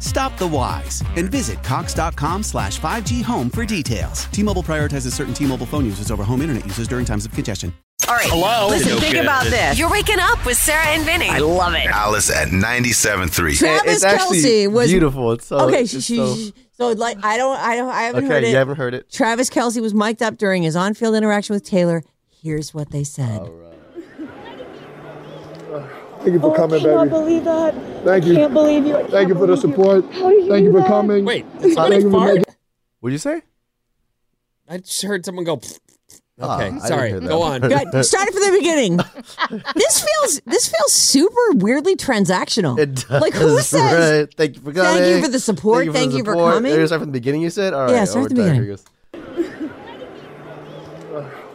Stop the whys and visit cox.com slash 5G home for details. T-Mobile prioritizes certain T-Mobile phone users over home internet users during times of congestion. All right. Hello? Listen, No think kidding. about this. You're waking up with Sarah and Vinny. I love it. Alice at 97.3. Travis it's actually Kelce was beautiful. It's so okay. it's She, just she, so- she- so like I don't I don't I haven't okay, heard it. you haven't heard it. Travis Kelsey was mic'd up during his on-field interaction with Taylor. Here's what they said. Oh, Thank you for coming, baby. Oh, I cannot believe that. Thank you. I can't believe you. Thank you for the support. Thank you for coming. Wait, Thank you somebody for fart? making- What'd you say? I just heard someone go. "Pfft." Oh, Ah, I Okay, didn't sorry. hear that. Go on. Good. Start it from the beginning. this feels this feels super weirdly transactional. It does. Like who says? right? Thank you for coming. Thank you for the support. Thank you for support. coming. Did you start from the beginning. You said, all right. Yeah, start oh, at the we're done. beginning. Here goes.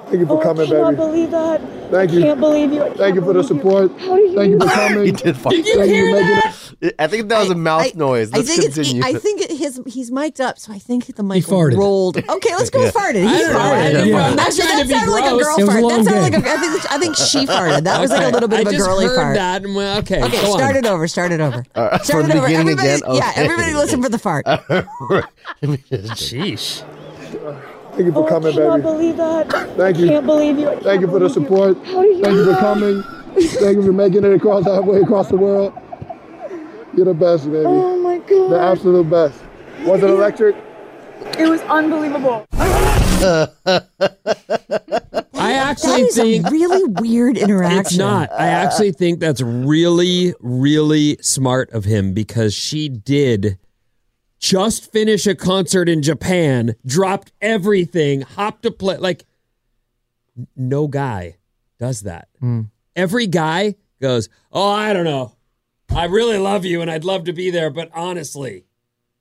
Thank you for coming, baby. Oh, I cannot believe that. Thank you. I can't believe you. Thank you for the support. Thank you for coming. He did fart. Thank you for making it. I think that was a mouth I- noise. Let's I think continue. it's. I think it, his he's mic'd up, so I think the mic farted. rolled. Okay, let's go farted. He I don't know. I farted. didn't Yeah. know. I'm not Actually, trying that to be sounded like a gross. girl It was a fart. long That sounded day. like a, I think I think she farted. That was like a Okay, little bit I of a just girly heard fart. That and went, okay, Okay, go on. start it over. Start it over. All Start right, Uh, from it the over. beginning Everybody, again. Yeah, Okay. everybody listen for the fart. Sheesh. Thank you for coming, baby. Oh, I cannot believe that. Thank you. I can't believe you. Thank you for the support. Thank you for coming. Thank you for making it across halfway across the world. You're the best, baby. Oh my god. The absolute best. Was it electric? It was unbelievable. I That actually is a think really weird interaction. it's not. I actually think that's really, really smart of him because she did just finish a concert in Japan, dropped everything, hopped a plane. Like, n- no guy does that. Hmm. Every guy goes, Oh, I don't know. I really love you and I'd love to be there, but honestly,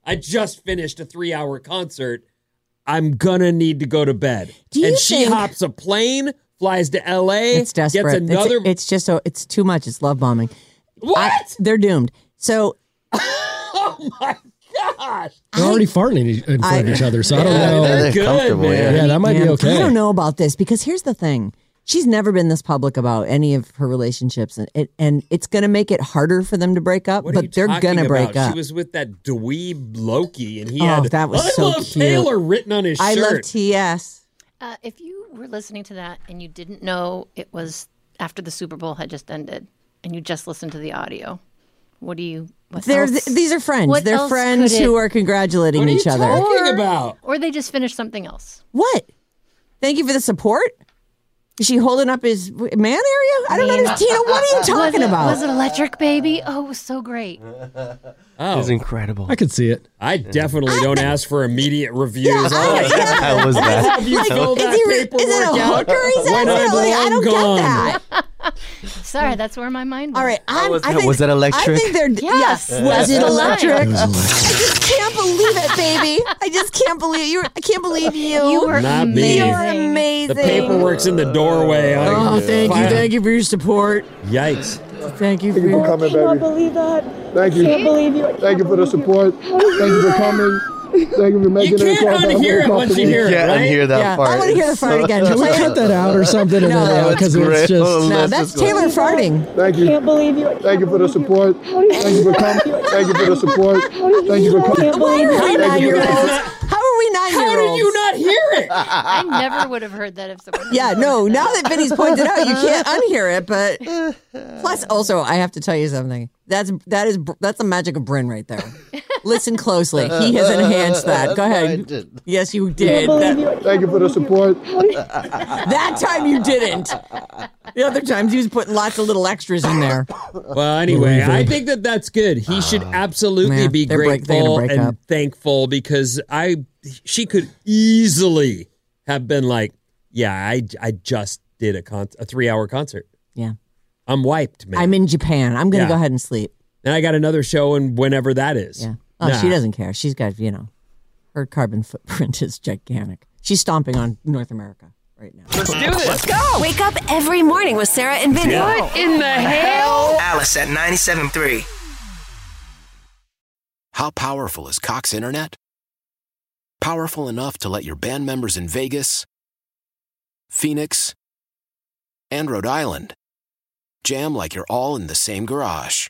I just finished a three hour concert. I'm gonna need to go to bed. Do you and she think- hops a plane, flies to LA, It's desperate. gets It's- another It's, just so it's too much. It's love bombing. I- What? they're doomed. So oh my gosh. I- farting in front of each other, so they're They're good, comfortable, man. yeah. that Man, I don't know about this because here's the thing. She's never been this public about any of her relationships, and it, and it's going to make it harder for them to break up. What are you but they're talking going to about? break up. She was with that dweeb Loki, and he Oh, had that was I so love cute. Taylor written on his I shirt. love TS. Uh, if you were listening to that and you didn't know it was after the Super Bowl had just ended and you just listened to the audio, what do you? What They're else- these are friends. what they're else friends could it- who are congratulating what are you each other. talking about? or they just finished something else. What? Thank you for the support. Is she holding up his man area? I don't Man. know, Tina. What are you Was talking it, about? was it electric, baby? Oh, it was so great. It was Oh, incredible. could see it. I definitely don't ask for immediate reviews. I- I, yeah. How was that? have you filled is, that he, is paperwork it a out? hooker he's when after? I'm Like, I long don't gone. get that. Sorry, that's where my mind. All went. right, I'm, was I that- think, Oh, was that I electric? think they're yes. Yes. Was it the line. electric? I just can't believe it, baby. I just can't believe you. I can't believe you. You were Not me. You're amazing. amazing. The paperwork's in the doorway. Oh, thank you, thank you for your support. you. Yikes. Thank you for Thank you for your. coming, baby. I cannot believe that. Thank you. I can't believe you. Thank you for the support. Thank you for coming. Thank you for making You it can't across halfway unhear it across once the you world. hear it, Yeah, right? I hear that Yeah, I part. wanna hear the It's fart again. Can we cut that out or something? No, edit it out? it's 'Cause it's great. just- Oh, No, Let's that's just go. Taylor farting. Thank you. I can't believe you. Thank you for the support. Thank you for coming. Thank you for the support. Thank you for coming. Why are we Thank nine you for year the olds? support. How are we nine How year did olds? you not hear it? I never would have heard that if someone. Yeah, no. Now that Vinny's pointed out, you can't unhear it. But plus, also, I have to tell you something. That's that is that's the magic of Bryn right there. Listen closely. He has enhanced that. Go I ahead. did. Yes, you did. That, Thank you for the support. that time you didn't. The other times he was putting lots of little extras in there. Well, anyway, I think that that's good. He should Ah. absolutely Yeah, be they're break- they're gonna grateful break and up. thankful because I she could easily have been like, "Yeah, I I just did a con- a 3-hour concert. Yeah. I'm wiped, man." I'm in Japan. I'm going to Yeah. go ahead and sleep. and I got another show and whenever that is. Yeah. Oh, she doesn't care. She's got, you know, her carbon footprint is gigantic. She's stomping on North America. Let's do this. Let's go. Wake up every morning with Sarah and Vinny. What in the hell? Alice at 97.3. How powerful is Cox Internet? Powerful enough to let your band members in Vegas, Phoenix, and Rhode Island jam like you're all in the same garage.